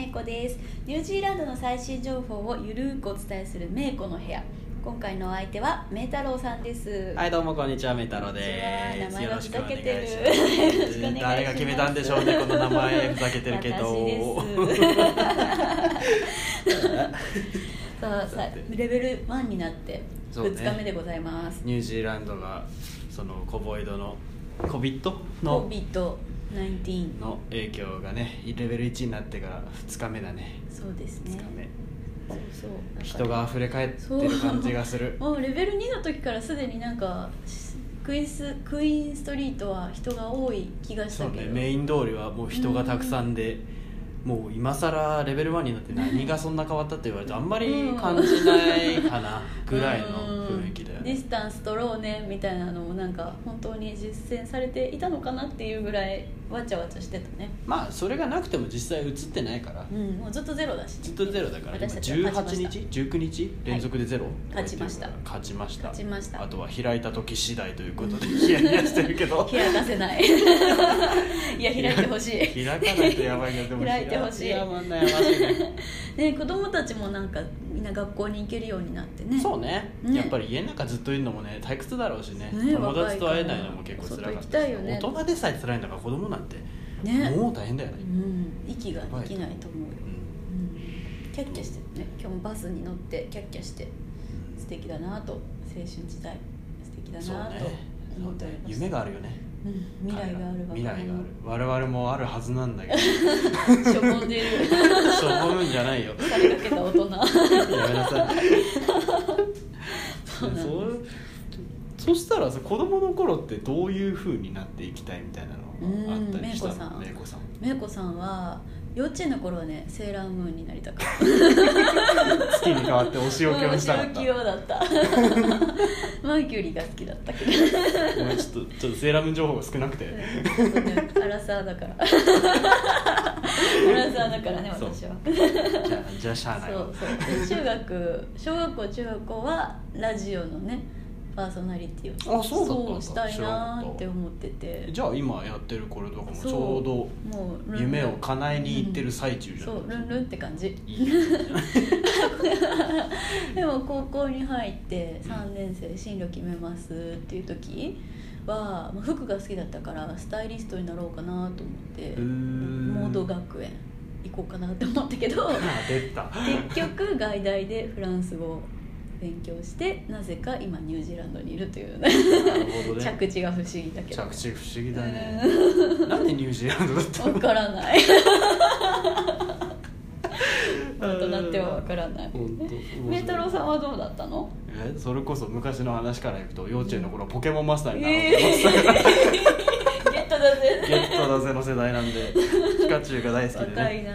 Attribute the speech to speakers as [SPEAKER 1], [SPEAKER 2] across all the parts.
[SPEAKER 1] いこですニュージーランドの最新情報をゆるーくお伝えするめいこの部屋今回のお相手はめい太郎さんです
[SPEAKER 2] はいどうもこんにちはメタロで
[SPEAKER 1] こんにち
[SPEAKER 2] す。
[SPEAKER 1] は名前
[SPEAKER 2] よ
[SPEAKER 1] は
[SPEAKER 2] ろ
[SPEAKER 1] ふ
[SPEAKER 2] しく
[SPEAKER 1] ざ
[SPEAKER 2] お願
[SPEAKER 1] け
[SPEAKER 2] い
[SPEAKER 1] て
[SPEAKER 2] し
[SPEAKER 1] るよろしくお願いしま
[SPEAKER 2] ますす。誰が決めたんでしょうねこの名前ふざけてるけど。
[SPEAKER 1] 私ですそうさレベル1になって
[SPEAKER 2] そうね
[SPEAKER 1] 2日目でございます、
[SPEAKER 2] ニュージーランドがそのコボイドのコビットの
[SPEAKER 1] COVID-19
[SPEAKER 2] の影響がねレベル1になってから2日目だね。
[SPEAKER 1] そうですね
[SPEAKER 2] 2日目。
[SPEAKER 1] そうそうなんか
[SPEAKER 2] 人が溢れ返ってる感じがす る。
[SPEAKER 1] もうレベル2の時からすでになんかクイーンスクイーンストリートは人が多い気がし
[SPEAKER 2] そ
[SPEAKER 1] た
[SPEAKER 2] う
[SPEAKER 1] けど
[SPEAKER 2] ねメイン通りはもう人がたくさんで。もう今更レベル1になって何がそんな変わったって言われてあんまり感じないかなぐらいの雰囲気だよ
[SPEAKER 1] うん
[SPEAKER 2] ね
[SPEAKER 1] ディスタンス取ろうねみたいなのをなんか本当に実践されていたのかなっていうぐらいわちゃわちゃしてたね
[SPEAKER 2] まあそれがなくても実際映ってないから、
[SPEAKER 1] うんもうずっとゼロだし、ね、
[SPEAKER 2] ずっとゼロだから今
[SPEAKER 1] 私たちは勝
[SPEAKER 2] 18
[SPEAKER 1] ちま
[SPEAKER 2] 日
[SPEAKER 1] した
[SPEAKER 2] 19日連続でゼロ、
[SPEAKER 1] 勝ちました
[SPEAKER 2] 勝ちました
[SPEAKER 1] 勝ちました
[SPEAKER 2] あとは開いた時次第ということで ヒヤヒヤしてるけど
[SPEAKER 1] 部屋出せない いや 開いてほしい
[SPEAKER 2] 開かないとやばいよでも
[SPEAKER 1] 開いてほしい
[SPEAKER 2] やばい悩ましいね
[SPEAKER 1] ね子供たちもなんかみんな学校に行けるようになってね
[SPEAKER 2] そうね
[SPEAKER 1] ね
[SPEAKER 2] やっぱり家の中ずっといるのもね退屈だろうしね
[SPEAKER 1] ね
[SPEAKER 2] 友達と会えないのも結構辛か
[SPEAKER 1] 外
[SPEAKER 2] ったし
[SPEAKER 1] 行きたいよね
[SPEAKER 2] 大人でさえ辛いんだから子供なんて、
[SPEAKER 1] ね
[SPEAKER 2] もう大変だよ
[SPEAKER 1] う
[SPEAKER 2] ね、
[SPEAKER 1] ん息ができないと思うよ、
[SPEAKER 2] うん
[SPEAKER 1] うん、キャッキャしてるね今日もバスに乗ってキャッキャして素敵だなと青春時代素敵だ
[SPEAKER 2] そう
[SPEAKER 1] な
[SPEAKER 2] ね
[SPEAKER 1] と
[SPEAKER 2] そ
[SPEAKER 1] 思っ
[SPEAKER 2] う
[SPEAKER 1] ており
[SPEAKER 2] ね
[SPEAKER 1] ます、
[SPEAKER 2] 夢があるよね
[SPEAKER 1] うん、未来がある
[SPEAKER 2] 未来がある
[SPEAKER 1] る
[SPEAKER 2] 我々もあるはずな んだけど
[SPEAKER 1] しょぼん でいる
[SPEAKER 2] しょぼるんじゃないよ
[SPEAKER 1] されかけた大人
[SPEAKER 2] やめなさい
[SPEAKER 1] そうなんです
[SPEAKER 2] そうそしたらさ子供の頃ってどういう風になっていきたいみたいなのがあったりしたの
[SPEAKER 1] うんめい
[SPEAKER 2] こさん
[SPEAKER 1] めいこさんは幼稚園の頃はねセーラームーンになりたかった
[SPEAKER 2] 月に変わってお仕置きをしたかっ
[SPEAKER 1] お仕
[SPEAKER 2] た
[SPEAKER 1] 置きをだった マーキュリーが好きだったけど
[SPEAKER 2] ごめんちょっとちょっとセーラームーン情報が少なくて、
[SPEAKER 1] ちょっとねアラサーだから アラサーだからね
[SPEAKER 2] そう
[SPEAKER 1] 私は
[SPEAKER 2] じゃあじゃあしゃあない
[SPEAKER 1] そ
[SPEAKER 2] わ
[SPEAKER 1] うそうで中学 小学校中学校はラジオのねパーソナリティを
[SPEAKER 2] あそうだったんだ
[SPEAKER 1] したい
[SPEAKER 2] 知らな
[SPEAKER 1] なー
[SPEAKER 2] かった
[SPEAKER 1] って思ってて
[SPEAKER 2] じゃあ今やってるこれとかもち
[SPEAKER 1] そう
[SPEAKER 2] ょうど
[SPEAKER 1] もうルンルン
[SPEAKER 2] 夢を叶えに行ってる最中じゃん、
[SPEAKER 1] そうルンルンって感じ
[SPEAKER 2] いいね
[SPEAKER 1] でも高校に入って3年生進路決めますっていう時はまあ服が好きだったからスタイリストになろうかなと思って
[SPEAKER 2] うーん
[SPEAKER 1] モード学園行こうかなって思ったけ ど
[SPEAKER 2] あ出た
[SPEAKER 1] 結局外大でフランス語を勉強してなぜか今ニュージーランドにいるというね
[SPEAKER 2] なるほどね
[SPEAKER 1] 着地が不思議だけど
[SPEAKER 2] 着地不思議だねなんでニュージーランドだった
[SPEAKER 1] わ
[SPEAKER 2] の
[SPEAKER 1] からない大人ってはわからない
[SPEAKER 2] 本当
[SPEAKER 1] メ太郎さんはどうだったの
[SPEAKER 2] えそれこそ昔の話からいくと幼稚園の頃ポケモンマスターになろうと思ってたから、
[SPEAKER 1] えーゲットだぜ
[SPEAKER 2] ゲットだぜの世代なんでピカチュウが大好きで
[SPEAKER 1] 若い
[SPEAKER 2] ね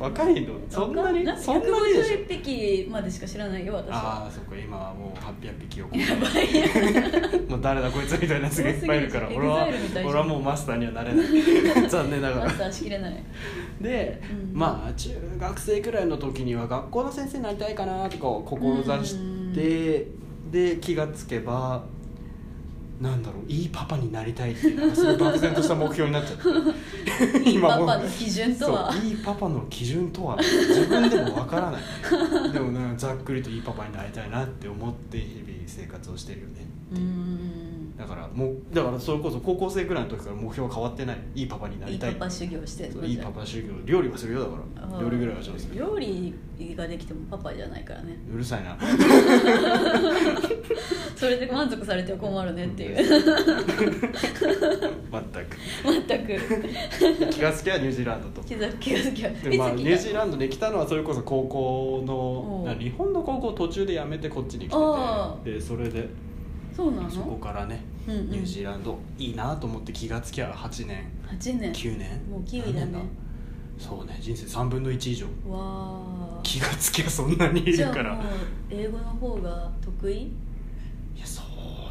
[SPEAKER 1] な
[SPEAKER 2] 若いのそんなに
[SPEAKER 1] 若い
[SPEAKER 2] そんなにでしょ
[SPEAKER 1] 151匹までしか知らないよ私は
[SPEAKER 2] ああそっか今はもう800匹を超えて もう誰だこいつみたいなやつがいっぱいいるから
[SPEAKER 1] 多すぎ
[SPEAKER 2] 俺
[SPEAKER 1] る
[SPEAKER 2] は
[SPEAKER 1] EXILE みたいじゃん
[SPEAKER 2] 俺はもうマスターにはな れない残念なが
[SPEAKER 1] マ
[SPEAKER 2] ら
[SPEAKER 1] スターしきれない
[SPEAKER 2] で、
[SPEAKER 1] うん
[SPEAKER 2] まあ中学生くらいの時には学校の先生になりたいかなとかを志してで気がつけばなんだろういいパパになりたいっていうなんかすごい漠然とした目標になっちゃっ て
[SPEAKER 1] パ
[SPEAKER 2] もう
[SPEAKER 1] パの基準とは
[SPEAKER 2] そういいパパの基準とは自分でもわからないでもなんかざっくりといいパパになりたいなって思って日々生活をしてるよね
[SPEAKER 1] うーん
[SPEAKER 2] だからもうだからそれこそ高校生くらいの時から目標は変わってないいいパパにないり
[SPEAKER 1] い
[SPEAKER 2] たい
[SPEAKER 1] パパ修行して
[SPEAKER 2] そういいパパ修行料理はするよだから料理ぐらいは上手する
[SPEAKER 1] 料理ができてもパパじゃないからね
[SPEAKER 2] うるさいな
[SPEAKER 1] それで満足されては困るねっていう
[SPEAKER 2] 全
[SPEAKER 1] 全く
[SPEAKER 2] く気がつきはニュージーランドと
[SPEAKER 1] 気づき気づきは
[SPEAKER 2] で、ま
[SPEAKER 1] い
[SPEAKER 2] あ、
[SPEAKER 1] つ
[SPEAKER 2] ニ
[SPEAKER 1] 来
[SPEAKER 2] ュージー
[SPEAKER 1] た
[SPEAKER 2] ランドに来たのはそれこそ高校
[SPEAKER 1] おう
[SPEAKER 2] のな日本の高校を途中で辞めてこっちに来
[SPEAKER 1] あ
[SPEAKER 2] ててでそれで
[SPEAKER 1] そうな
[SPEAKER 2] そこ
[SPEAKER 1] の
[SPEAKER 2] からね
[SPEAKER 1] うんうん
[SPEAKER 2] ニュージーランドいいなと思って気がつきは8年
[SPEAKER 1] 8年
[SPEAKER 2] 9年
[SPEAKER 1] もうキウイだね
[SPEAKER 2] 何年そうね人生3分の1以上
[SPEAKER 1] わあ
[SPEAKER 2] 気がつきはそんなにい
[SPEAKER 1] じ
[SPEAKER 2] る
[SPEAKER 1] ゃ
[SPEAKER 2] か
[SPEAKER 1] あ
[SPEAKER 2] ら
[SPEAKER 1] もう英語の方が得意
[SPEAKER 2] いやそう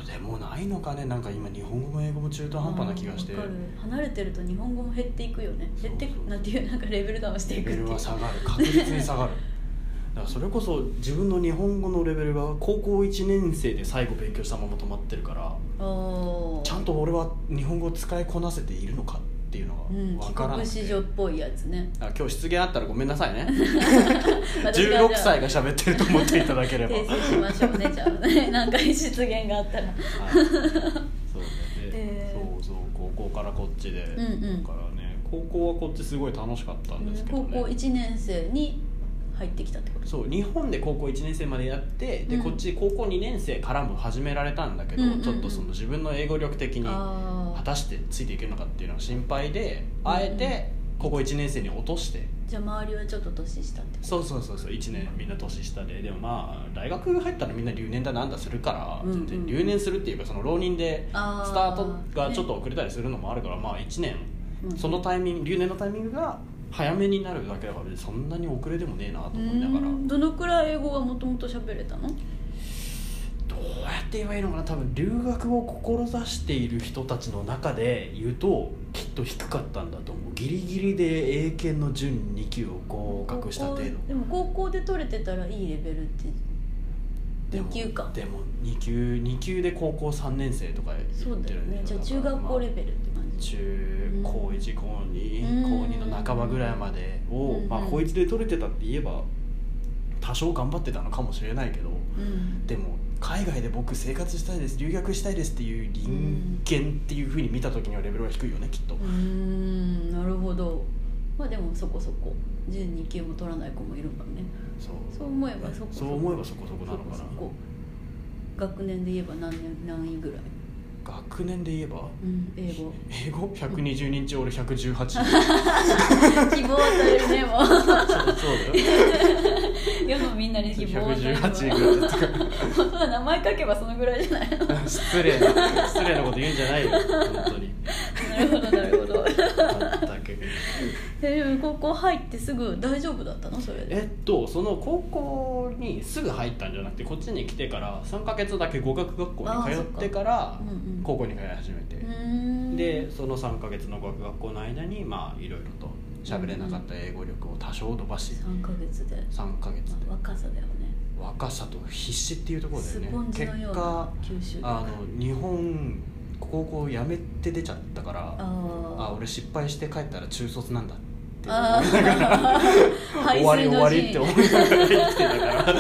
[SPEAKER 2] でもないのかねなんか今日本語も英語も中途半端な気がして
[SPEAKER 1] あーわかる離れてると日本語も減っていくよね減っていく
[SPEAKER 2] そうそう
[SPEAKER 1] なんていうなんかレベルダウンして
[SPEAKER 2] レ
[SPEAKER 1] いくっ
[SPEAKER 2] ベ
[SPEAKER 1] ていう
[SPEAKER 2] ルは下がる確実に 下がるだからそれこそ自分の日本語のレベルが高校1年生で最後勉強したまま止まってるから
[SPEAKER 1] おー
[SPEAKER 2] ちゃんと俺は日本語を使いこなせているのかっっていうの
[SPEAKER 1] うん、
[SPEAKER 2] が
[SPEAKER 1] 帰
[SPEAKER 2] 分からな
[SPEAKER 1] 国
[SPEAKER 2] くて、
[SPEAKER 1] 子女っぽいやつね
[SPEAKER 2] あ今日失言あったらごめんなさいね
[SPEAKER 1] 私が
[SPEAKER 2] 16歳が喋ってると思っていただ ければ、はい
[SPEAKER 1] 訂、正しましょうねじゃあね なんか失言があったら
[SPEAKER 2] そうだよね、
[SPEAKER 1] えー
[SPEAKER 2] そうそう高校からこっちで、
[SPEAKER 1] うんうん
[SPEAKER 2] だからね高校はこっちすごい楽しかったんですけど
[SPEAKER 1] 高
[SPEAKER 2] ね、
[SPEAKER 1] 校1年生に入ってきたってこと
[SPEAKER 2] そう日本で高校1年生までやってで、
[SPEAKER 1] うん
[SPEAKER 2] こっち高校2年生からも始められたんだけど、
[SPEAKER 1] うんうんうん
[SPEAKER 2] ちょっとその自分の英語力的に果
[SPEAKER 1] ああ
[SPEAKER 2] たしてついていけるのかっていうのが心配で
[SPEAKER 1] うんうん
[SPEAKER 2] あえて高校1年生に落として
[SPEAKER 1] じゃあ周りはちょっと年下ってこ
[SPEAKER 2] そうそうそうそう1年みんな年下ででもまあ大学入ったらみんな留年だなんだするから、
[SPEAKER 1] うんうん
[SPEAKER 2] 全然留年するっていうかその浪人でスタ
[SPEAKER 1] あー
[SPEAKER 2] ートがちょっと遅れたりするのもあるから、まあ1年
[SPEAKER 1] と、うん
[SPEAKER 2] そのタイミング留年のタイミングが早めになるだけだから別にそんなに遅れでもねえなと思いながら。
[SPEAKER 1] うんどのくらい英語がもともと喋れたの
[SPEAKER 2] どうやって言えばいいのかな多分留学を志している人たちの中で言うときっと低かったんだと思うギリギリで英検の準2級を合格した
[SPEAKER 1] 高
[SPEAKER 2] 程度
[SPEAKER 1] 校でも高校で取れてたらいいレベルって
[SPEAKER 2] でも
[SPEAKER 1] 2級か
[SPEAKER 2] でも2級二級で高校3年生とか言ってる
[SPEAKER 1] そうだよねじゃあ中学校レベルって感じ、
[SPEAKER 2] 中
[SPEAKER 1] うん
[SPEAKER 2] 高1高
[SPEAKER 1] うん
[SPEAKER 2] 2高2の半ばぐらいまでを、
[SPEAKER 1] うん
[SPEAKER 2] まあ、高1で取れてたって言えば多少頑張ってたのかもしれないけど、
[SPEAKER 1] うん
[SPEAKER 2] でも海外で僕生活したいです留学したいですっていう人間っていうふうに見た時にはレベルが低いよねきっと
[SPEAKER 1] うーんなるほどまあでもそこそこ12級も取らない子もいるもんね
[SPEAKER 2] そう
[SPEAKER 1] そう思えばそこそこ
[SPEAKER 2] そう思えばそこそこな
[SPEAKER 1] そ
[SPEAKER 2] の
[SPEAKER 1] こ
[SPEAKER 2] かな
[SPEAKER 1] そこ学年で言えば何年何位ぐらい、
[SPEAKER 2] 学年で言えば
[SPEAKER 1] うん、英語
[SPEAKER 2] 英語120人中俺118 そう
[SPEAKER 1] 希望というねもう
[SPEAKER 2] そうだよ
[SPEAKER 1] 世のみんなに希望を与えれば
[SPEAKER 2] 118ぐらいだった
[SPEAKER 1] 本当は名前書けばそのぐらいじゃないの
[SPEAKER 2] から失礼な失礼なこと言うんじゃないよ本当に
[SPEAKER 1] なるほどなるほど
[SPEAKER 2] 全く
[SPEAKER 1] えでも高校入ってすぐ大丈夫だったのそれで
[SPEAKER 2] えっとその高校にすぐ入ったんじゃなくてこっちに来てから3か月だけ語学学校に通ってから
[SPEAKER 1] あーそっかうんうん
[SPEAKER 2] 高校に通い始めて、
[SPEAKER 1] うーん
[SPEAKER 2] でその3ヶ月の語学学校の間にまあいろいろと喋れなかった英語力を多少伸ばし
[SPEAKER 1] 3ヶ月で、
[SPEAKER 2] 3ヶ月で
[SPEAKER 1] まあ若さだよ ね
[SPEAKER 2] 若さと必死っていうところだ
[SPEAKER 1] ス
[SPEAKER 2] よね
[SPEAKER 1] ポンジ
[SPEAKER 2] 結
[SPEAKER 1] のよう
[SPEAKER 2] 果
[SPEAKER 1] な吸収力
[SPEAKER 2] あの日本高校辞めて出ちゃったからあ
[SPEAKER 1] あ
[SPEAKER 2] 俺失敗して帰ったら中卒なんだって
[SPEAKER 1] あ
[SPEAKER 2] 思いなが
[SPEAKER 1] ー
[SPEAKER 2] ら 終わり終わりって
[SPEAKER 1] 思
[SPEAKER 2] 思いながら生きてたから
[SPEAKER 1] なる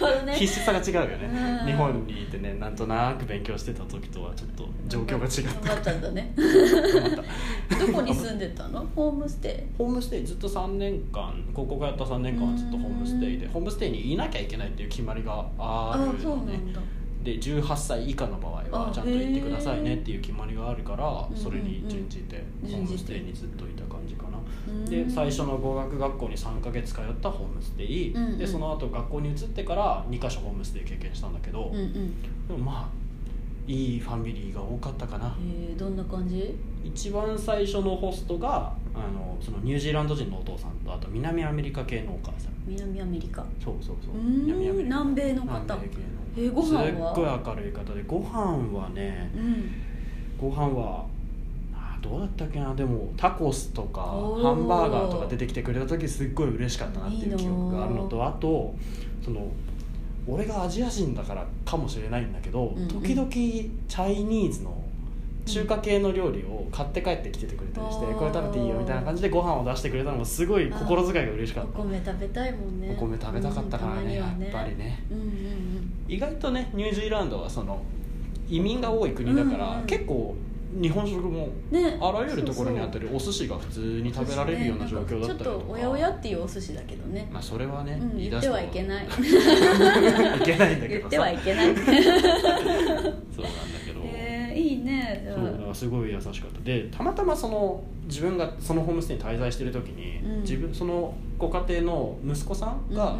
[SPEAKER 1] ほど ね
[SPEAKER 2] 必死さが違うよね
[SPEAKER 1] うん
[SPEAKER 2] 日本にいてねなんとなく勉強してた時とはちょっと状況が違っ
[SPEAKER 1] 頑張ったんだね
[SPEAKER 2] たまた
[SPEAKER 1] どこに住んでたのホームステイ
[SPEAKER 2] ホームステイずっと3年間高校からやった3年間はずっとホームステイで
[SPEAKER 1] うん
[SPEAKER 2] ホームステイにいなきゃいけないっていう決まりがあ
[SPEAKER 1] あ
[SPEAKER 2] る
[SPEAKER 1] そうな
[SPEAKER 2] のね
[SPEAKER 1] んだ
[SPEAKER 2] で18歳以下の場合は
[SPEAKER 1] あ
[SPEAKER 2] ちゃんと行ってくださいねっていう決まりがあるから
[SPEAKER 1] へー
[SPEAKER 2] それに準じて
[SPEAKER 1] うんうん
[SPEAKER 2] ホームステイにずっといた感じかな
[SPEAKER 1] うーん
[SPEAKER 2] で最初の語学学校に3ヶ月通ったホームステイ
[SPEAKER 1] うんうん
[SPEAKER 2] でその後学校に移ってから2か所ホームステイ経験したんだけど
[SPEAKER 1] うんうん
[SPEAKER 2] でもまあいいファミリーが多かったかな
[SPEAKER 1] えー、どんな感じ
[SPEAKER 2] 一番最初のホストがあのそのニュージーランド人のお父さんとあと南アメリカ系のお母さん
[SPEAKER 1] 南アメリカ
[SPEAKER 2] そうそうそう
[SPEAKER 1] うーん
[SPEAKER 2] 南アメリカ
[SPEAKER 1] 南米の方
[SPEAKER 2] 南米系の
[SPEAKER 1] えーご飯は
[SPEAKER 2] すっごい明るい方でご飯はね
[SPEAKER 1] うん
[SPEAKER 2] ご飯はあーどうだったっけなでもタコスとか
[SPEAKER 1] おー
[SPEAKER 2] ハンバーガーとか出てきてくれた時すっごい嬉しかったなっていう記憶があるのと
[SPEAKER 1] いい
[SPEAKER 2] あとその俺がアジア人だからかもしれないんだけど、
[SPEAKER 1] うんうん
[SPEAKER 2] 時々チャイニーズの中華系の料理を買って帰ってきててくれたりして、
[SPEAKER 1] うん
[SPEAKER 2] これ食べていいよみたいな感じでご飯を出してくれたのもすごい心遣いが嬉しか
[SPEAKER 1] お
[SPEAKER 2] ったお米,、
[SPEAKER 1] 米食べたいもんね
[SPEAKER 2] 食べたかったから
[SPEAKER 1] うんたま
[SPEAKER 2] ね
[SPEAKER 1] に
[SPEAKER 2] や
[SPEAKER 1] は
[SPEAKER 2] っぱりね
[SPEAKER 1] うんうん
[SPEAKER 2] 意外とねニュージーランドはその移民が多い国だから、
[SPEAKER 1] うんうん
[SPEAKER 2] 結構日本食も
[SPEAKER 1] うんね
[SPEAKER 2] あらゆるところにあっ
[SPEAKER 1] そうそう
[SPEAKER 2] たりお寿司が普通に食べられるような状況だったりとか
[SPEAKER 1] ちょっとおやおやっていうお寿司だけどね、
[SPEAKER 2] まあそれはね、
[SPEAKER 1] うん、
[SPEAKER 2] 言い
[SPEAKER 1] 言
[SPEAKER 2] 出
[SPEAKER 1] っ
[SPEAKER 2] す
[SPEAKER 1] て
[SPEAKER 2] と
[SPEAKER 1] はいけ ない
[SPEAKER 2] いけないんだけ
[SPEAKER 1] 言
[SPEAKER 2] ど
[SPEAKER 1] ってはいけない
[SPEAKER 2] そうなんだけど、
[SPEAKER 1] えー、いいねじゃあ
[SPEAKER 2] そうだからすごい優しかったでたまたまその自分がそのホームステイに滞在してる時に、
[SPEAKER 1] うん
[SPEAKER 2] 自分そのご家庭の息子さんが
[SPEAKER 1] うん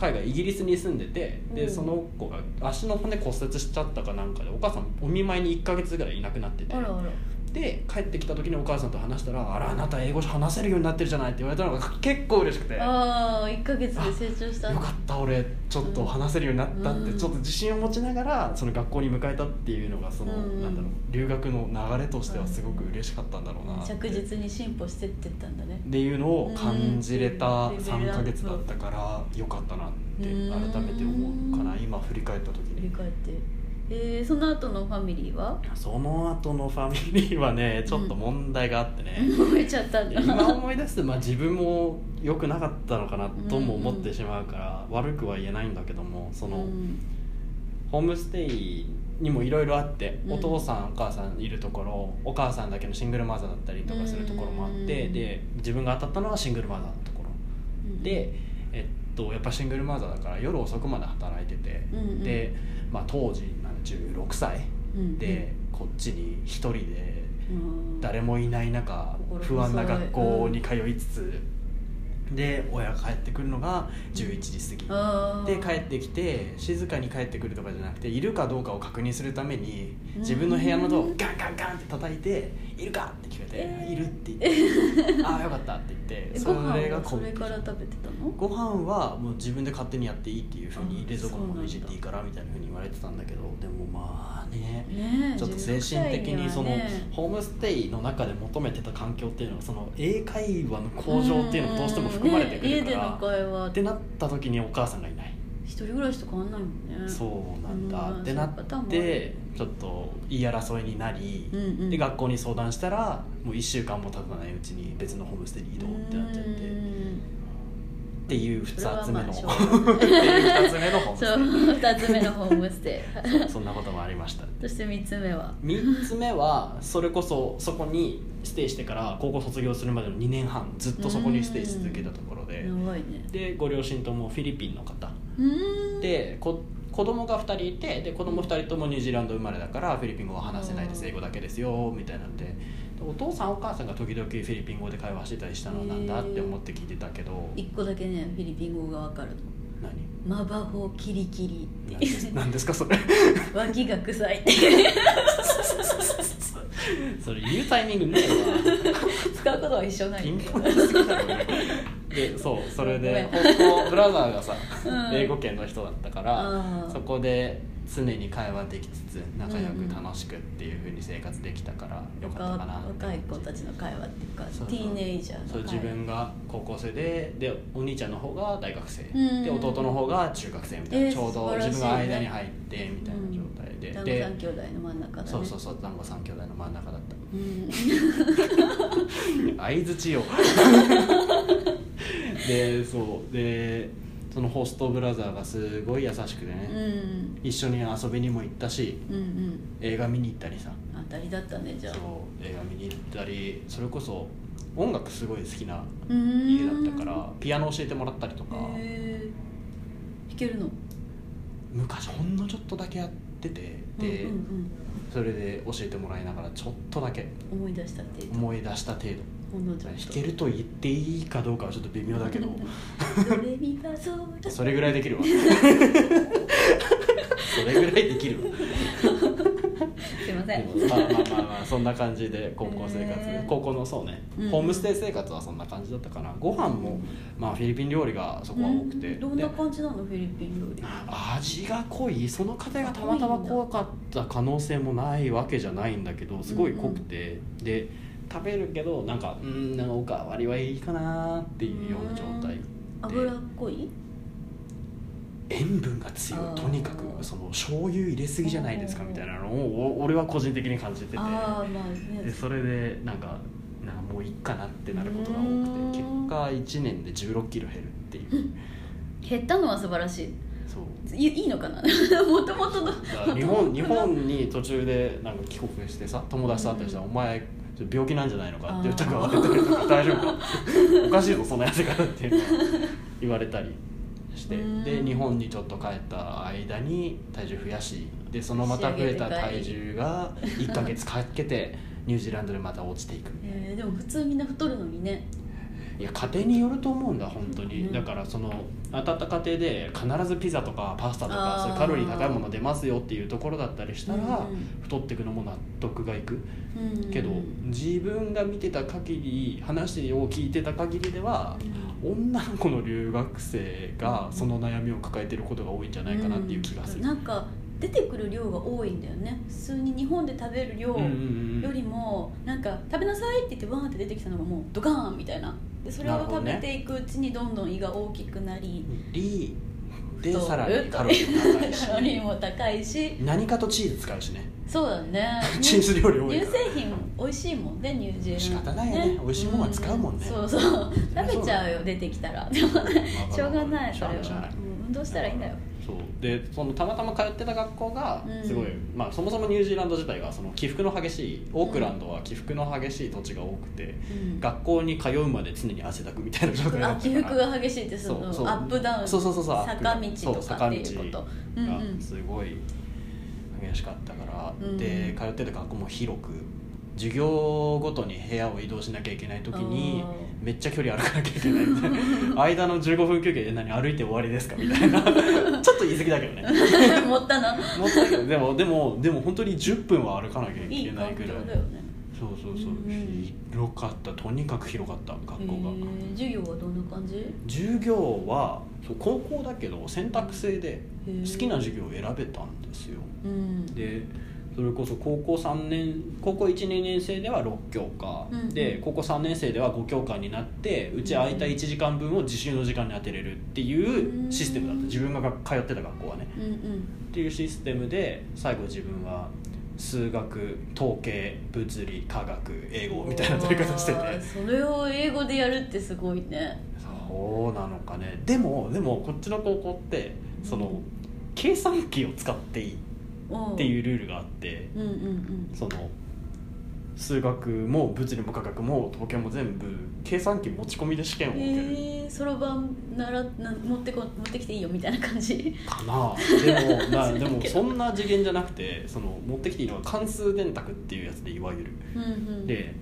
[SPEAKER 2] 海外イギリスに住んでて、
[SPEAKER 1] う
[SPEAKER 2] で
[SPEAKER 1] ん
[SPEAKER 2] その子が足の骨骨折しちゃったかなんかでお母さんお見舞いに1ヶ月ぐらいいなくなってて
[SPEAKER 1] うん、あらあら
[SPEAKER 2] で帰ってきた時にお母さんと話したら「あらあなた英語話せるようになってるじゃない」って言われたのが結構嬉しくて。
[SPEAKER 1] ああ1か月で成長した
[SPEAKER 2] よかった俺ちょっと話せるようになったって、
[SPEAKER 1] うん
[SPEAKER 2] ちょっと自信を持ちながらその学校に迎えたっていうのがその、
[SPEAKER 1] うん
[SPEAKER 2] なんだろう留学の流れとしてはすごく嬉しかったんだろうなって
[SPEAKER 1] 着実に進歩してってったんだね
[SPEAKER 2] っていうのを感じれた
[SPEAKER 1] うん
[SPEAKER 2] 3ヶ月だったからよかったなって改めて思うかな
[SPEAKER 1] うん
[SPEAKER 2] 今振り返った時
[SPEAKER 1] 振り
[SPEAKER 2] に
[SPEAKER 1] 返ってえー、その後のファミリーは
[SPEAKER 2] その後のファミリーはねちょっと問題があってね、
[SPEAKER 1] 燃えちゃったんだ
[SPEAKER 2] 今思い出すと、まあ、自分も良くなかったのかなとも思ってしまうから、悪くは言えないんだけどもその、
[SPEAKER 1] うん
[SPEAKER 2] ホームステイにもいろいろあって、
[SPEAKER 1] うん
[SPEAKER 2] お父さんお母さんいるところお母さんだけのシングルマザーだったりとかするところもあって、
[SPEAKER 1] うん
[SPEAKER 2] で自分が当たったのはシングルマザーのところ
[SPEAKER 1] うん
[SPEAKER 2] で、えっと、やっぱシングルマザーだから夜遅くまで働いてて、
[SPEAKER 1] うんうん
[SPEAKER 2] で、まあ、当時まだ16歳
[SPEAKER 1] うん
[SPEAKER 2] で、こっちに一人で
[SPEAKER 1] うん
[SPEAKER 2] 誰もいない中
[SPEAKER 1] 心細い
[SPEAKER 2] 不安な学校に通いつつ、で親が帰ってくるのが11時過ぎ。
[SPEAKER 1] あー
[SPEAKER 2] で帰ってきて静かに帰ってくるとかじゃなくているかどうかを確認するために自分の部屋のドアをガンガンガンって叩いて「いるか?」って聞こえ
[SPEAKER 1] え
[SPEAKER 2] て
[SPEAKER 1] ー
[SPEAKER 2] 「いる」って言 って「ああよかった」って言って
[SPEAKER 1] えご飯は
[SPEAKER 2] コ
[SPEAKER 1] そ
[SPEAKER 2] ンビ
[SPEAKER 1] れ
[SPEAKER 2] ニ
[SPEAKER 1] から食べてたの
[SPEAKER 2] ご飯はもう自分で勝手にやっていいっていうふうに
[SPEAKER 1] あ
[SPEAKER 2] 冷蔵庫のも
[SPEAKER 1] そうなんだ
[SPEAKER 2] のいじっていいからみたいなふうに言われてたんだけどでもまあね
[SPEAKER 1] ねえ
[SPEAKER 2] ちょっと精神的にその
[SPEAKER 1] 16歳はね
[SPEAKER 2] ホームステイの中で求めてた環境っていうのはその英会話の向上っていうのどうしても含まれてく
[SPEAKER 1] うんね家
[SPEAKER 2] る
[SPEAKER 1] で
[SPEAKER 2] か
[SPEAKER 1] の
[SPEAKER 2] ら
[SPEAKER 1] 会話
[SPEAKER 2] ってなった時にお母さんがいない。
[SPEAKER 1] 一人暮らしと変わんないもんね
[SPEAKER 2] そうなんだ、
[SPEAKER 1] うん
[SPEAKER 2] ってな
[SPEAKER 1] そういうパターン
[SPEAKER 2] っ
[SPEAKER 1] もある
[SPEAKER 2] てちょっと言い争いになり、
[SPEAKER 1] うんうん
[SPEAKER 2] で学校に相談したらもう1週間も経たないうちに別のホームステイに移動ってなっちゃって、っ
[SPEAKER 1] うん
[SPEAKER 2] ていう2つ目のって
[SPEAKER 1] そ
[SPEAKER 2] い
[SPEAKER 1] れ
[SPEAKER 2] う
[SPEAKER 1] はまあ
[SPEAKER 2] 2つ目のホームス
[SPEAKER 1] そう二つ目のホームステ イ
[SPEAKER 2] テイそうそんなこともありました
[SPEAKER 1] そして三つ目は
[SPEAKER 2] 3つ目はそれこそそこにステイしてから高校卒業するまでの2年半ずっとそこにステイし続けたところで、
[SPEAKER 1] やばいね
[SPEAKER 2] でご両親ともフィリピンの方
[SPEAKER 1] うん
[SPEAKER 2] でこ子供が2人いてで子供2人ともニュージーランド生まれだからフィリピン語は話せないです
[SPEAKER 1] うん
[SPEAKER 2] 英語だけですよみたいなんででお父さんお母さんが時々フィリピン語で会話してたりしたのなんだって思って聞いてたけど
[SPEAKER 1] 一個だけねフィリピン語がわかるの
[SPEAKER 2] 何
[SPEAKER 1] マバホキリキリっ
[SPEAKER 2] 何
[SPEAKER 1] てい
[SPEAKER 2] です
[SPEAKER 1] う
[SPEAKER 2] 何ですかそれ
[SPEAKER 1] 脇が臭いっていう
[SPEAKER 2] それ言うタイミングねえわ
[SPEAKER 1] 使うことは一緒ない
[SPEAKER 2] ピ
[SPEAKER 1] ん
[SPEAKER 2] ン
[SPEAKER 1] だよ
[SPEAKER 2] ポンしすぎだろ ねでそうそれ
[SPEAKER 1] ごめ
[SPEAKER 2] で
[SPEAKER 1] ん
[SPEAKER 2] 本当ブラザーがさ、
[SPEAKER 1] うん
[SPEAKER 2] 英語圏の人だったから、
[SPEAKER 1] あー
[SPEAKER 2] そこで常に会話できつつ仲良く楽しくっていうふうに生活できたからよかったかな
[SPEAKER 1] 若い子たちの会話っていうか
[SPEAKER 2] そうそ
[SPEAKER 1] テ
[SPEAKER 2] う
[SPEAKER 1] ィーネイジャーの
[SPEAKER 2] そう
[SPEAKER 1] 会話
[SPEAKER 2] 自分が高校生ででお兄ちゃんの方が大学生、
[SPEAKER 1] うん
[SPEAKER 2] で弟の方が中学生みたいな、
[SPEAKER 1] えー
[SPEAKER 2] ちょう
[SPEAKER 1] 素
[SPEAKER 2] ど
[SPEAKER 1] 晴らしい
[SPEAKER 2] 自
[SPEAKER 1] ね
[SPEAKER 2] 分が間に入ってみたいな状態で、
[SPEAKER 1] 団子三
[SPEAKER 2] で
[SPEAKER 1] 兄弟の真ん中だね
[SPEAKER 2] そうそうそう団子三兄弟の真ん中だった
[SPEAKER 1] うん
[SPEAKER 2] 相づ ちよでそうでそのホストブラザーがすごい優しくてね、
[SPEAKER 1] うん
[SPEAKER 2] 一緒に遊びにも行ったし
[SPEAKER 1] うんうん
[SPEAKER 2] 映画見に行ったりさ
[SPEAKER 1] 当たりだったねじ
[SPEAKER 2] そ
[SPEAKER 1] ゃ
[SPEAKER 2] う
[SPEAKER 1] あ
[SPEAKER 2] 映画見に行ったりそれこそ音楽すごい好きな
[SPEAKER 1] うーん
[SPEAKER 2] 家だったからピアノ教えてもらったりとか、
[SPEAKER 1] へー弾けるの
[SPEAKER 2] 昔ほんのちょっとだけやっててで、
[SPEAKER 1] うんうん
[SPEAKER 2] それで教えてもらいながらちょっとだけ
[SPEAKER 1] うん、思い出したっていう
[SPEAKER 2] 思い出した程度
[SPEAKER 1] ほんのちょっ
[SPEAKER 2] 弾
[SPEAKER 1] と
[SPEAKER 2] けると言っていいかどうかはちょっと微妙だけど
[SPEAKER 1] ドレミファソラ
[SPEAKER 2] それぐらいで きるわそれぐらいできるわ
[SPEAKER 1] すいませ
[SPEAKER 2] で
[SPEAKER 1] ん
[SPEAKER 2] もまあまあまあまあそんな感じで高校生活、
[SPEAKER 1] へー
[SPEAKER 2] 高校のそうね、
[SPEAKER 1] うん
[SPEAKER 2] ホームステイ生活はそんな感じだったかなご飯も、まあ、フィリピン料理がそこは多くて、
[SPEAKER 1] うんどん
[SPEAKER 2] で
[SPEAKER 1] な感じなのフィリピン料理
[SPEAKER 2] 味が濃いその過程がたまたま濃かった可能性もないわけじゃないんだけどすごい濃くて、で食べるけどなんかうんなんかおかわりはいいかなっていうような状態で
[SPEAKER 1] 脂っこい
[SPEAKER 2] 塩分が強
[SPEAKER 1] あー
[SPEAKER 2] いとにかくその醤油入れすぎじゃないですか
[SPEAKER 1] うん
[SPEAKER 2] みたいなのをお俺は個人的に感じてて
[SPEAKER 1] ああまあね
[SPEAKER 2] でそれでなんかなんかもういいかなってなることが多くて結
[SPEAKER 1] うん
[SPEAKER 2] 果1年で1 6キロ減るっていう
[SPEAKER 1] 減ったのは素晴らしい
[SPEAKER 2] そう
[SPEAKER 1] いいいのかな もともとの
[SPEAKER 2] だから日本日本に途中でなんか帰国してさ友達と会ったりしたら「お前ちょっと病気なんじゃないのか」って言ったら
[SPEAKER 1] あー
[SPEAKER 2] 笑ってたりとか「大丈 夫か?」おかしいぞそのやつが」っていうのは言われたりして
[SPEAKER 1] うん
[SPEAKER 2] で日本にちょっと帰った間に体重増やしでそのまた増えた体重が1か月かけてニュージーランドでまた落ちていく
[SPEAKER 1] えー、でも普通みんな太るのにね
[SPEAKER 2] いや家庭によると思うんだ本当に、
[SPEAKER 1] うん
[SPEAKER 2] だからその当たった家庭で必ずピザとかパスタと
[SPEAKER 1] あー
[SPEAKER 2] かそういうカロリー高いもの出ますよっていうところだったりしたら、
[SPEAKER 1] うんうん
[SPEAKER 2] 太っていくのも納得がいく
[SPEAKER 1] うん
[SPEAKER 2] けど、自分が見てた限り話を聞いてた限りでは女の子の留学生がその悩みを抱えてることが多いんじゃないかなっていう気がする。
[SPEAKER 1] なんか出てくる量が多いんだよね普通に日本で食べる量
[SPEAKER 2] うんうん
[SPEAKER 1] よ
[SPEAKER 2] うん
[SPEAKER 1] りもなんか食べなさいって言ってバーンって出てきたのがもうドカーンみたいなでそれを
[SPEAKER 2] なるほど
[SPEAKER 1] 食
[SPEAKER 2] ね
[SPEAKER 1] べていくうちにどんどん胃が大きくなり
[SPEAKER 2] りで
[SPEAKER 1] 太る
[SPEAKER 2] さらにカロリーも高い し
[SPEAKER 1] カロリーも高いし
[SPEAKER 2] 何かとチーズ使うしね
[SPEAKER 1] そうだね
[SPEAKER 2] チーズ料理多い
[SPEAKER 1] 乳
[SPEAKER 2] か
[SPEAKER 1] 製
[SPEAKER 2] ら
[SPEAKER 1] 品美味しいもんね乳汁
[SPEAKER 2] 仕方ないよね美味しいもんは使うもんね
[SPEAKER 1] そうそう 食べちゃうよ出てきたらで もね
[SPEAKER 2] まあまあ
[SPEAKER 1] しょうがない
[SPEAKER 2] し
[SPEAKER 1] そ
[SPEAKER 2] ょう
[SPEAKER 1] れ
[SPEAKER 2] がな
[SPEAKER 1] はいうん運動したらいいんだよ
[SPEAKER 2] そうでそのたまたま通ってた学校が
[SPEAKER 1] うん
[SPEAKER 2] すごい、まあ、そもそもニュージーランド自体がその起伏の激しいオークランドは起伏の激しい土地が多くて、
[SPEAKER 1] うん
[SPEAKER 2] 学校に通うまで常に汗だくみたいな状態だ
[SPEAKER 1] あ
[SPEAKER 2] った
[SPEAKER 1] 起伏が激しいってそ
[SPEAKER 2] そう
[SPEAKER 1] の
[SPEAKER 2] そう
[SPEAKER 1] アップダウン
[SPEAKER 2] そうそうそうそう
[SPEAKER 1] 坂道とかっていうこ
[SPEAKER 2] そう
[SPEAKER 1] とうんう
[SPEAKER 2] 坂道
[SPEAKER 1] ん
[SPEAKER 2] がすごい激しかったから、
[SPEAKER 1] うん
[SPEAKER 2] で通ってた学校も広く授業ごとに部屋を移動しなきゃいけない時に
[SPEAKER 1] あ
[SPEAKER 2] めっちゃ距離歩かなきゃい けないみたいな間の15分休憩で何歩いて終わりですかみ たいなちょっと言い過ぎだけどね
[SPEAKER 1] 持った な
[SPEAKER 2] もったいないでもでもでも本当に10分は歩かなきゃい
[SPEAKER 1] いい
[SPEAKER 2] けない
[SPEAKER 1] 環
[SPEAKER 2] ぐ
[SPEAKER 1] 境
[SPEAKER 2] らい
[SPEAKER 1] だよね
[SPEAKER 2] そうそうそう、
[SPEAKER 1] うん
[SPEAKER 2] 広かったとにかく広かった
[SPEAKER 1] へ
[SPEAKER 2] 学校が。
[SPEAKER 1] ー授業はどんな感じ
[SPEAKER 2] 授業はそう高校だけど選択制で
[SPEAKER 1] へー
[SPEAKER 2] 好きな授業を選べたんですよ
[SPEAKER 1] うん
[SPEAKER 2] でそれこそ高校3年高校12年生では6教科、
[SPEAKER 1] うん
[SPEAKER 2] で高校3年生では5教科になってうち空いた1時間分を自習の時間に当てれるっていうシステムだった
[SPEAKER 1] うん
[SPEAKER 2] 自分が通ってた学校はね
[SPEAKER 1] うんうん
[SPEAKER 2] っていうシステムで最後自分は数学統計物理科学英語みたいな取り方してて
[SPEAKER 1] わ あそれを英語でやるってすごいね
[SPEAKER 2] そうなのかねでもでもこっちの高校ってその、
[SPEAKER 1] うん
[SPEAKER 2] 計算機を使っていい
[SPEAKER 1] っ
[SPEAKER 2] っていううルールがあって
[SPEAKER 1] うんうんうん
[SPEAKER 2] その数学も物理も科学も統計も全部計算機持ち込みで試験を受ける
[SPEAKER 1] えーそろばんならな持ってこ持ってきていいよみたいな感じ
[SPEAKER 2] かな、でもな
[SPEAKER 1] 知
[SPEAKER 2] で
[SPEAKER 1] らん
[SPEAKER 2] も
[SPEAKER 1] けど
[SPEAKER 2] そんな次元じゃなくてその持ってきていいのは関数電卓っていうやつでいわゆる
[SPEAKER 1] うんうん
[SPEAKER 2] で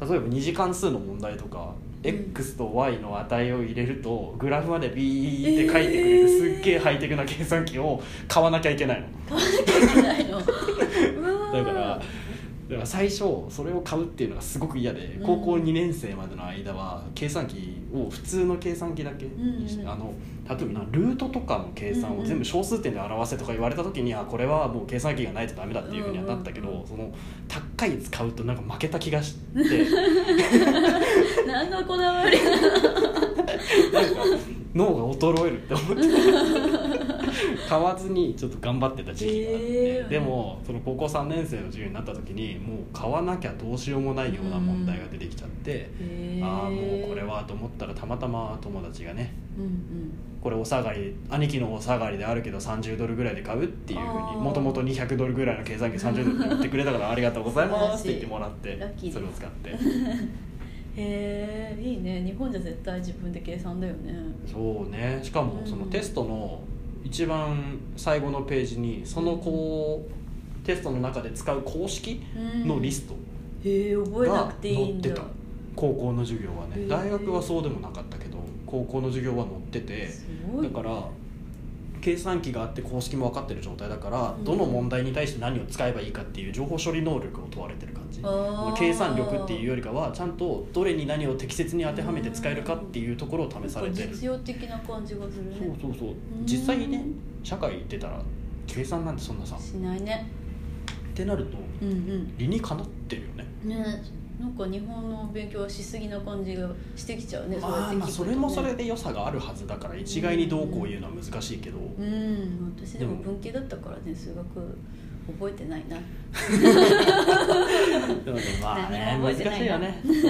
[SPEAKER 2] 例えば二次関数の問題とか、
[SPEAKER 1] うん
[SPEAKER 2] x と y の値を入れるとグラフまでビーって書いてくれる、
[SPEAKER 1] えー
[SPEAKER 2] すっげえハイテクな計算機を買わなきゃいけないの
[SPEAKER 1] 買わなきゃいけ ないのうわ
[SPEAKER 2] だからだから最初それを買うっていうのがすごく嫌で
[SPEAKER 1] うん
[SPEAKER 2] 高校2年生までの間は計算機を普通の計算機だけにして、
[SPEAKER 1] うんうん
[SPEAKER 2] あの例えばなルートとかの計算
[SPEAKER 1] うんう
[SPEAKER 2] を
[SPEAKER 1] ん
[SPEAKER 2] 全部小数点で表せとか言われた時に、あこれはもう計算機がないとダメだっていうふうにはなったけど、
[SPEAKER 1] うんうんうん
[SPEAKER 2] その高い使うとなんか負けた気がして
[SPEAKER 1] 何のこだわ りが
[SPEAKER 2] なんか脳が衰えるって思って買わずにちょっと頑張ってた時期があって、
[SPEAKER 1] へー
[SPEAKER 2] でもその高校3年生の授業になった時にもう買わなきゃどうしようもないような問題が出てきちゃって、ああもうこれ、はと思ったらたまたま友達がね
[SPEAKER 1] うんうん、
[SPEAKER 2] これお下がり兄貴のお下がりであるけど30ドルぐらいで買うっていうふうに
[SPEAKER 1] あー
[SPEAKER 2] もともと200ドルぐらいの計算機30ドルで売ってくれたからありがとうございますって言ってもらっ
[SPEAKER 1] ラッキー
[SPEAKER 2] て
[SPEAKER 1] です
[SPEAKER 2] それを使って。
[SPEAKER 1] へえいいね日本じゃ絶対自分で計算だよね
[SPEAKER 2] そうねしかもそのテストの一番最後のページにそのこうテストの中で使う公式のリスト
[SPEAKER 1] トへえ覚えな
[SPEAKER 2] が
[SPEAKER 1] くていい
[SPEAKER 2] 載っ
[SPEAKER 1] ん
[SPEAKER 2] て
[SPEAKER 1] だ
[SPEAKER 2] た高校の授業は
[SPEAKER 1] へ
[SPEAKER 2] ね
[SPEAKER 1] ー
[SPEAKER 2] 大学はそうでもなかったけど高校の授業は載ってて
[SPEAKER 1] すごい
[SPEAKER 2] だから計算機があって公式も分かってる状態だから
[SPEAKER 1] うん
[SPEAKER 2] どの問題に対して何を使えばいいかっていう情報処理能力を問われてる感じ
[SPEAKER 1] あー
[SPEAKER 2] 計算力っていうよりかはちゃんとどれに何を適切に当てはめて使えるかっていうところを試されてる
[SPEAKER 1] 実用的な感じがするね
[SPEAKER 2] そうそうそう
[SPEAKER 1] うん
[SPEAKER 2] 実際にね社会出たら計算なんてそんなさっ
[SPEAKER 1] しないね
[SPEAKER 2] てなると
[SPEAKER 1] うんうん
[SPEAKER 2] 理にかなってるよね
[SPEAKER 1] ねなんか日本の勉強はしすぎな感じがしてきちゃうねそうやっ
[SPEAKER 2] まあ
[SPEAKER 1] て聞くと
[SPEAKER 2] まあ
[SPEAKER 1] ね
[SPEAKER 2] それもそれで良さがあるはずだから一概にどうこう言うのは難しいけど
[SPEAKER 1] うん私でも
[SPEAKER 2] でも
[SPEAKER 1] 文系だったからね数学覚えてないな
[SPEAKER 2] でもねまあね
[SPEAKER 1] 何も覚
[SPEAKER 2] 難
[SPEAKER 1] え
[SPEAKER 2] し て
[SPEAKER 1] ない
[SPEAKER 2] いよ
[SPEAKER 1] な
[SPEAKER 2] ねそう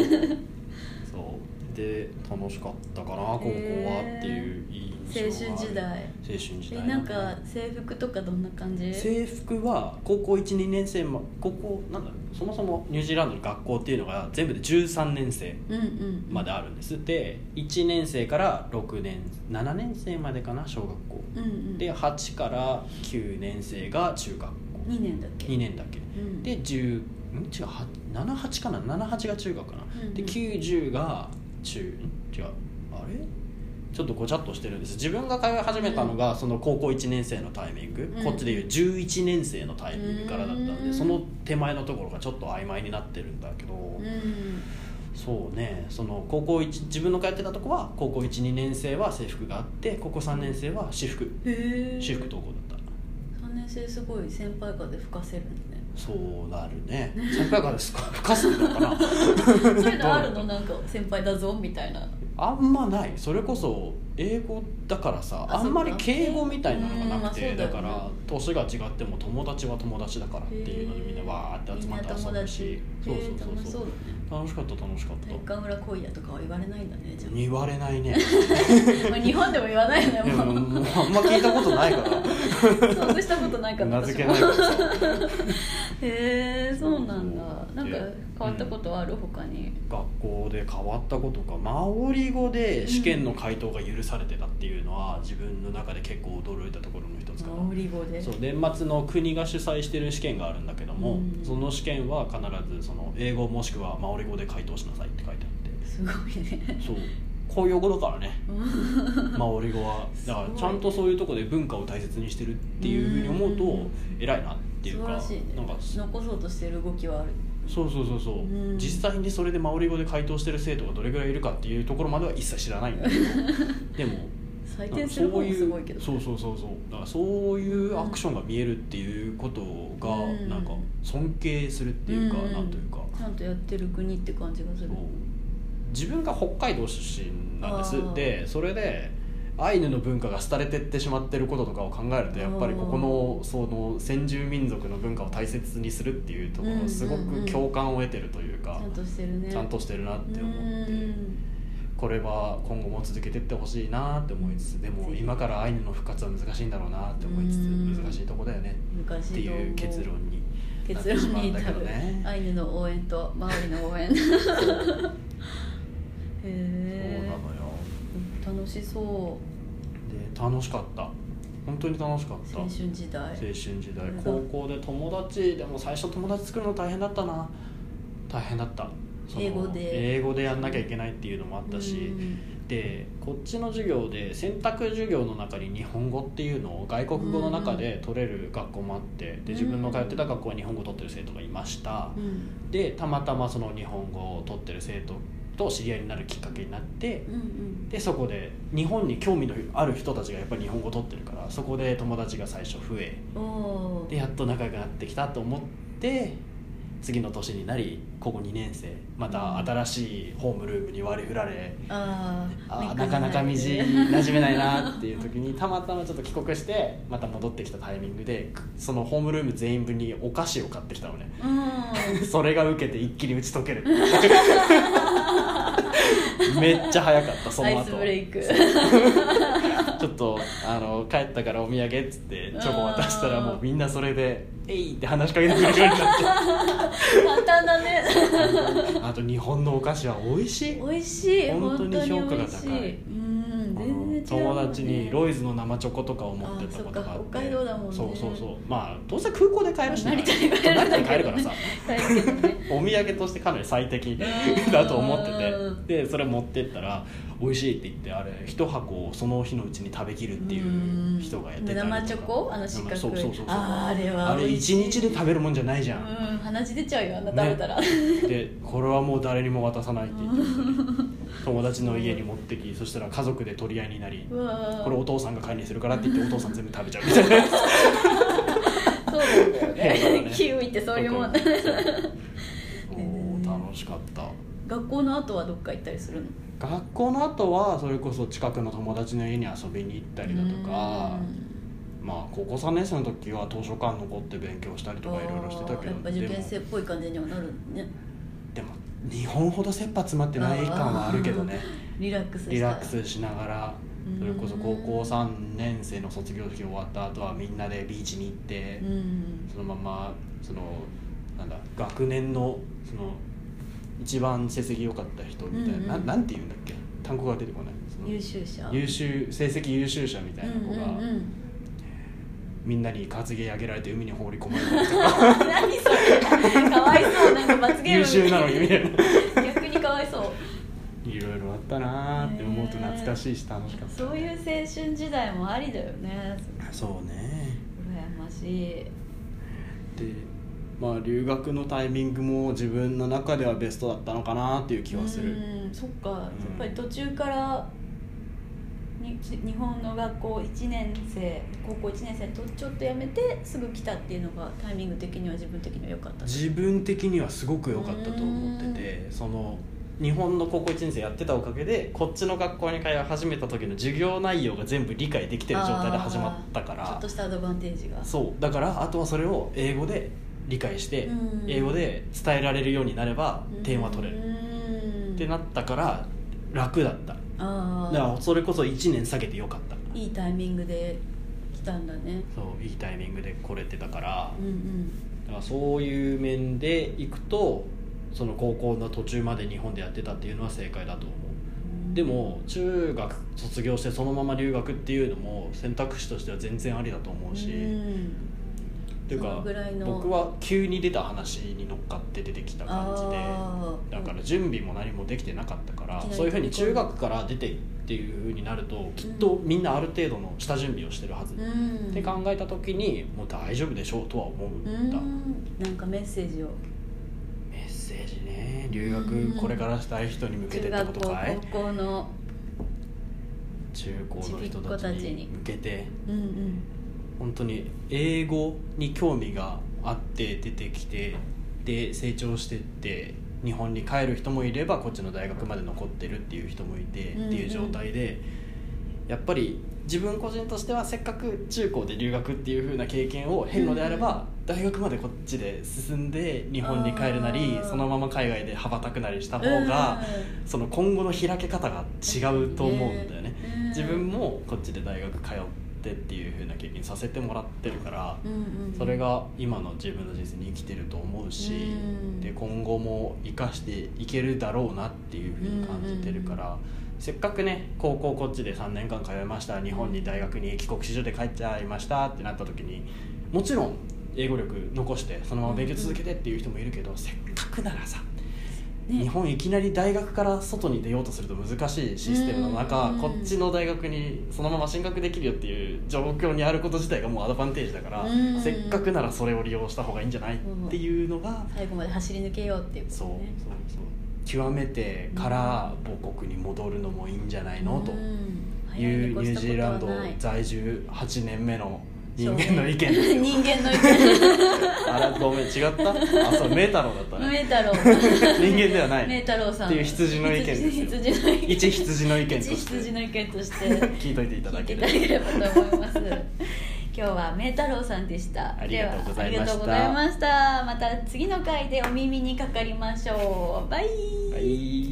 [SPEAKER 2] そうで楽しかったかな高校はっていういい
[SPEAKER 1] 青春
[SPEAKER 2] 印象がある
[SPEAKER 1] 時代
[SPEAKER 2] 青春時
[SPEAKER 1] え
[SPEAKER 2] 代
[SPEAKER 1] なんか制服とかどんな感じ
[SPEAKER 2] 制服は高校12年生も高校なんだろうそもそもニュージーランドの学校っていうのが全部で13年生
[SPEAKER 1] うんうん
[SPEAKER 2] まであるんですで1年生から6年7年生までかな小学校
[SPEAKER 1] うんうん
[SPEAKER 2] で8から9年生が中学校
[SPEAKER 1] 2年だっけ
[SPEAKER 2] 2年だけ
[SPEAKER 1] うん
[SPEAKER 2] で10ん違うは78かな78が中学かな、
[SPEAKER 1] うんうん
[SPEAKER 2] で90が中ん違うあれちょっとごちゃっとしてるんです自分が通い始めたのがその高校1年生のタイミング、
[SPEAKER 1] うん
[SPEAKER 2] こっちでいう11年生のタイミングからだったんで、
[SPEAKER 1] うん
[SPEAKER 2] その手前のところがちょっと曖昧になってるんだけど、
[SPEAKER 1] うん
[SPEAKER 2] そうねその高校一自分の通ってたとこは高校12年生は制服があって高校3年生は私服
[SPEAKER 1] へえ
[SPEAKER 2] 私服登校だった
[SPEAKER 1] 3年生すごい先輩風吹かせるんだ ね
[SPEAKER 2] そうなるね先輩からですか吹かすのかな
[SPEAKER 1] そういうのあるのなんか先輩だぞみたいな
[SPEAKER 2] あんまないそれこそ英語だからさ
[SPEAKER 1] あ
[SPEAKER 2] あんまり敬語みたいなのがなく
[SPEAKER 1] う
[SPEAKER 2] て
[SPEAKER 1] ん
[SPEAKER 2] だ
[SPEAKER 1] まあそうだよね
[SPEAKER 2] から年が違っても友達は友達だからっていうのでみんなわーって集まって遊ぶし
[SPEAKER 1] みんな友達へー
[SPEAKER 2] そうそう
[SPEAKER 1] 楽し
[SPEAKER 2] そ
[SPEAKER 1] そう
[SPEAKER 2] うそう楽しかった楽しかっ
[SPEAKER 1] だね
[SPEAKER 2] た
[SPEAKER 1] 中村恋だとかは言われないんだねじゃ
[SPEAKER 2] 言われな いね
[SPEAKER 1] あまあ日本でも言わないよね
[SPEAKER 2] いやも
[SPEAKER 1] も
[SPEAKER 2] う
[SPEAKER 1] う
[SPEAKER 2] もうあんま聞いたことないか
[SPEAKER 1] そうしたことないからら
[SPEAKER 2] 名付
[SPEAKER 1] 私
[SPEAKER 2] け
[SPEAKER 1] も
[SPEAKER 2] ないからさ
[SPEAKER 1] へえそうなんだ
[SPEAKER 2] そ
[SPEAKER 1] な
[SPEAKER 2] うん
[SPEAKER 1] か変わったことはある他に
[SPEAKER 2] 学校で変わったことかマオリ語で試験の回答が許されてたっていうのは、自分の中で結構驚いたところの一つかな
[SPEAKER 1] オリ語で
[SPEAKER 2] そう年末の国が主催してる試験があるんだけども、
[SPEAKER 1] うん
[SPEAKER 2] その試験は必ずその英語もしくはマオリ語で回答しなさいって書いてあっ
[SPEAKER 1] すごいね
[SPEAKER 2] て そう公用語だからねマオリ語はだか
[SPEAKER 1] す
[SPEAKER 2] ら
[SPEAKER 1] ごい
[SPEAKER 2] ちゃんとそういうとこで文化を大切にしてるっていうふうに思う
[SPEAKER 1] う
[SPEAKER 2] と
[SPEAKER 1] ん
[SPEAKER 2] 偉いなってい
[SPEAKER 1] 素
[SPEAKER 2] う
[SPEAKER 1] 晴
[SPEAKER 2] から
[SPEAKER 1] しいね
[SPEAKER 2] なんか
[SPEAKER 1] 残そうとしてる動きはある
[SPEAKER 2] そうそうそうそう、
[SPEAKER 1] うん
[SPEAKER 2] 実際にそれでマオリ語で回答してる生徒がどれぐらいいるかっていうところまでは一切知らないんだけどで も
[SPEAKER 1] 採点する方もすごいけど
[SPEAKER 2] そういうそうそうそうそうだからそういうアクションが見えるっていうことが
[SPEAKER 1] うん
[SPEAKER 2] なんか尊敬するっていうか、
[SPEAKER 1] ん
[SPEAKER 2] なんというか
[SPEAKER 1] ちゃんとやってる国って感じがす
[SPEAKER 2] そう
[SPEAKER 1] る
[SPEAKER 2] 自分が北海道出身なんで
[SPEAKER 1] あー
[SPEAKER 2] すでそれでアイヌの文化が廃れてってしまってることとかを考えるとやっぱりここのその先住民族の文化を大切にするっていうところすご
[SPEAKER 1] うんうんう
[SPEAKER 2] く
[SPEAKER 1] ん
[SPEAKER 2] 共感を得てるというか、
[SPEAKER 1] ちゃんとしてるね
[SPEAKER 2] ちゃんとしてるなって思って
[SPEAKER 1] うん
[SPEAKER 2] これは今後も続けてってほしいなって思いつつでも今からアイヌの復活は難しいんだろうなって思いつつ
[SPEAKER 1] うん
[SPEAKER 2] 難しいとこだよね
[SPEAKER 1] 難し
[SPEAKER 2] って
[SPEAKER 1] いと思
[SPEAKER 2] いうう結論に
[SPEAKER 1] 結論に
[SPEAKER 2] なってしまうんだ
[SPEAKER 1] 至
[SPEAKER 2] けど
[SPEAKER 1] る、
[SPEAKER 2] ね
[SPEAKER 1] アイヌの応援とマオリの応援へ
[SPEAKER 2] そうなの
[SPEAKER 1] え
[SPEAKER 2] よ
[SPEAKER 1] 楽しそう
[SPEAKER 2] で楽しかった本当に楽しかった
[SPEAKER 1] 青
[SPEAKER 2] 青
[SPEAKER 1] 春時代
[SPEAKER 2] 春時代
[SPEAKER 1] うん
[SPEAKER 2] 高校で友達でも最初友達作るの大変だったな大変だったその
[SPEAKER 1] 英語で
[SPEAKER 2] 英語でやんなきゃいけないっていうのもあったし、でこっちの授業で選択授業の中に日本語っていうのを外国語の中で取れる学校もあってで自分の通ってた学校は日本語を取ってる生徒がいました
[SPEAKER 1] うん、うん
[SPEAKER 2] でたまたまその日本語を取ってる生徒と知り合いになるきっかけになって
[SPEAKER 1] うんうん
[SPEAKER 2] でそこで日本に興味のある人たちがやっぱり日本語を取ってるからそこで友達が最初増え
[SPEAKER 1] お
[SPEAKER 2] でやっと仲良くなってきたと思って次の年になり高校2年生また新しいホームルームに割り振られ
[SPEAKER 1] あ
[SPEAKER 2] あ
[SPEAKER 1] あ
[SPEAKER 2] ーなかなか水に馴染めないなっていう時にたまたまちょっと帰国してまた戻ってきたタイミングでそのホームルーム全員分にお菓子を買ってきたのね
[SPEAKER 1] うん
[SPEAKER 2] それが受けて一気に打ち解ける めっちゃ早かったその後
[SPEAKER 1] アイスブレイク
[SPEAKER 2] ちょっとあの帰ったからお土産っつってチョコ渡したらもうみんなそれで「えい!」って話しかけてくれるようにな
[SPEAKER 1] 簡単だね
[SPEAKER 2] って あと日本のお菓子は美味しい
[SPEAKER 1] 美味しい
[SPEAKER 2] 本
[SPEAKER 1] 本
[SPEAKER 2] 当
[SPEAKER 1] 当
[SPEAKER 2] に
[SPEAKER 1] に
[SPEAKER 2] 評価
[SPEAKER 1] 美
[SPEAKER 2] が
[SPEAKER 1] 味し
[SPEAKER 2] 高い
[SPEAKER 1] いうん
[SPEAKER 2] あ
[SPEAKER 1] 全然違うもん
[SPEAKER 2] の
[SPEAKER 1] ね
[SPEAKER 2] 友達にロイズの生チョコとかを持ってったことがあ
[SPEAKER 1] あそっか
[SPEAKER 2] って
[SPEAKER 1] 北海道だもんね
[SPEAKER 2] そうそうそうまあどうせ空港で買えるしな
[SPEAKER 1] 成田に帰る
[SPEAKER 2] 成田に帰るからさ
[SPEAKER 1] 大好きだね
[SPEAKER 2] お土産としてかなり最適
[SPEAKER 1] うん
[SPEAKER 2] だと思っててでそれ持ってったら美味しいって言ってあれ一箱をその日のうちに食べきるっていう人がやってたりとか
[SPEAKER 1] 生チョコあの四角い
[SPEAKER 2] そうそうそうそう
[SPEAKER 1] あーあれは
[SPEAKER 2] あれ
[SPEAKER 1] 美味しい
[SPEAKER 2] 1日で食べるもんじゃないじゃん、
[SPEAKER 1] うん鼻血出ちゃうよあんな食べたら、
[SPEAKER 2] でこれはもう誰にも渡さないって言って友達の家に持ってきそしたら家族で取り合いになり
[SPEAKER 1] うわー
[SPEAKER 2] これお父さんが管理するからって言ってお父さん全部食べちゃうみたいな
[SPEAKER 1] そうなんだよ
[SPEAKER 2] 変だ
[SPEAKER 1] ね
[SPEAKER 2] ね
[SPEAKER 1] キウイってそういうもんだ
[SPEAKER 2] そうそう楽しかった
[SPEAKER 1] 学校の後はどっか行ったりするの
[SPEAKER 2] 学校の後はそれこそ近くの友達の家に遊びに行ったりだとかまあ高校3年生の時は図書館残って勉強したりとかいろいろしてたけ
[SPEAKER 1] や
[SPEAKER 2] ど
[SPEAKER 1] っぱ
[SPEAKER 2] で
[SPEAKER 1] 受
[SPEAKER 2] も
[SPEAKER 1] 験生っぽい感じにはなるね
[SPEAKER 2] でも日本ほど切羽詰まってない感はあるけどね
[SPEAKER 1] リラックスした
[SPEAKER 2] リラックスしながら
[SPEAKER 1] うん
[SPEAKER 2] それこそ高校3年生の卒業式終わった後はみんなでビーチに行って
[SPEAKER 1] うん
[SPEAKER 2] そのままそのなんだ学年のその一番成績良かった人みたいな,、
[SPEAKER 1] うんうん
[SPEAKER 2] ななんて言うんだっけ単語が出てこないその
[SPEAKER 1] 優秀者
[SPEAKER 2] 優秀成績優秀者みたいな子が、
[SPEAKER 1] うんうんうん
[SPEAKER 2] みんなに担ぎ上げられて海に放り込まれたり とか
[SPEAKER 1] 何それかわいそうなんか 罰ゲーム
[SPEAKER 2] 優秀なのにみたいな
[SPEAKER 1] 逆にかわいそう
[SPEAKER 2] いろいろあったなーって思うと懐かしいし楽しかった、
[SPEAKER 1] そういう青春時代もありだよね
[SPEAKER 2] そうね
[SPEAKER 1] 羨ましい
[SPEAKER 2] でまあ留学のタイミングも自分の中ではベストだったのかなっていう気はする
[SPEAKER 1] うんそっか、やっぱり途中からに日本の学校1年生高校1年生とちょっとやめてすぐ来たっていうのがタイミング的には自分的には良かったね
[SPEAKER 2] 自分的にはすごく良かったと思っててその日本の高校1年生やってたおかげでこっちの学校に通い始めた時の授業内容が全部理解できてる状態で始まったか
[SPEAKER 1] ちょ
[SPEAKER 2] ら
[SPEAKER 1] っとしたアドバンテージが
[SPEAKER 2] そうだからあとはそれを英語で理解して、
[SPEAKER 1] うん
[SPEAKER 2] 英語で伝えられるようになれば点は取れる、
[SPEAKER 1] る
[SPEAKER 2] ってなったから楽だった
[SPEAKER 1] あ
[SPEAKER 2] だか
[SPEAKER 1] あ
[SPEAKER 2] らそれこそ1年下げてよかった
[SPEAKER 1] いいタイミングで来たんだね
[SPEAKER 2] そういいタイミングで来れてたから
[SPEAKER 1] うんうん
[SPEAKER 2] だからそういう面でいくとその高校の途中まで日本でやってたっていうのは正解だと思うでも中学卒業してそのまま留学っていうのも選択肢としては全然ありだと思うし、
[SPEAKER 1] うん
[SPEAKER 2] っていう
[SPEAKER 1] そ
[SPEAKER 2] か
[SPEAKER 1] のぐらいの
[SPEAKER 2] 僕は急に出た話に乗っかって出てきた感じ
[SPEAKER 1] あー
[SPEAKER 2] でだから準備も何もできてなかったから
[SPEAKER 1] いきなり
[SPEAKER 2] そういうふうに中学から出てっていうふうになるときっとみんなある程度の下準備をしてるはず、
[SPEAKER 1] う
[SPEAKER 2] っ
[SPEAKER 1] ん
[SPEAKER 2] て考えた時にもう大丈夫でしょうとは思うん
[SPEAKER 1] う
[SPEAKER 2] だ、
[SPEAKER 1] んなんかメッセージを
[SPEAKER 2] メッセージね留
[SPEAKER 1] うん
[SPEAKER 2] 学これからしたい人に向けて
[SPEAKER 1] 中
[SPEAKER 2] っ
[SPEAKER 1] 学
[SPEAKER 2] てこと
[SPEAKER 1] 校
[SPEAKER 2] かい
[SPEAKER 1] 高校の
[SPEAKER 2] 中高の人たちに向けて
[SPEAKER 1] うんうん
[SPEAKER 2] 本当に英語に興味があって出てきてで成長してって日本に帰る人もいればこっちの大学まで残ってるっていう人もいてって
[SPEAKER 1] うんうん
[SPEAKER 2] いう状態で、やっぱり自分個人としてはせっかく中高で留学っていう風な経験を経るのであれば、大学までこっちで進んで日本に帰るなり
[SPEAKER 1] あー
[SPEAKER 2] そのまま海外で羽ばたくなりした方が、その今後の開け方が違うと思うんだよね。
[SPEAKER 1] うん
[SPEAKER 2] 自分もこっちで大学通ってっていう風な経験させてもらってるから、
[SPEAKER 1] うんうん
[SPEAKER 2] それが今の自分の人生に生きてると思うし、
[SPEAKER 1] うん
[SPEAKER 2] で今後も生かしていけるだろうなっていう風に感じてるから、せっかくね高校こっちで3年間通いました日本に大学に帰国子女で帰っちゃいましたってなった時にもちろん英語力残してそのまま勉強続けてっていう人もいるけど、せっかくならさ
[SPEAKER 1] ね
[SPEAKER 2] 日本いきなり大学から外に出ようとすると難しいシステムの中
[SPEAKER 1] うん
[SPEAKER 2] こっちの大学にそのまま進学できるよっていう状況にあること自体がもうアドバンテージだから
[SPEAKER 1] うん
[SPEAKER 2] せっかくならそれを利用した方がいいんじゃないっていうのが
[SPEAKER 1] 最後まで走り抜けようっていうこと
[SPEAKER 2] そう
[SPEAKER 1] ね
[SPEAKER 2] そうそう極めてから母国に戻るのもいいんじゃないのというニュージーランド在住8年目の人間の意見
[SPEAKER 1] で
[SPEAKER 2] です よ
[SPEAKER 1] 人間の意見
[SPEAKER 2] あらごめん違った あそうメータロだったね
[SPEAKER 1] メ太郎
[SPEAKER 2] 人間ではない
[SPEAKER 1] メ太郎さん
[SPEAKER 2] っていう羊の意見ですよ
[SPEAKER 1] 羊の意見
[SPEAKER 2] 一羊の意見と
[SPEAKER 1] 一
[SPEAKER 2] して
[SPEAKER 1] 羊の意見として
[SPEAKER 2] 聞いといていた
[SPEAKER 1] 聞
[SPEAKER 2] だ
[SPEAKER 1] い
[SPEAKER 2] け
[SPEAKER 1] てい
[SPEAKER 2] れ
[SPEAKER 1] た
[SPEAKER 2] ば
[SPEAKER 1] だければと思います今日は明太郎さんでした
[SPEAKER 2] ありがとうございました
[SPEAKER 1] ではありがとうございましたまた次の回でお耳にかかりましょうバイ
[SPEAKER 2] はい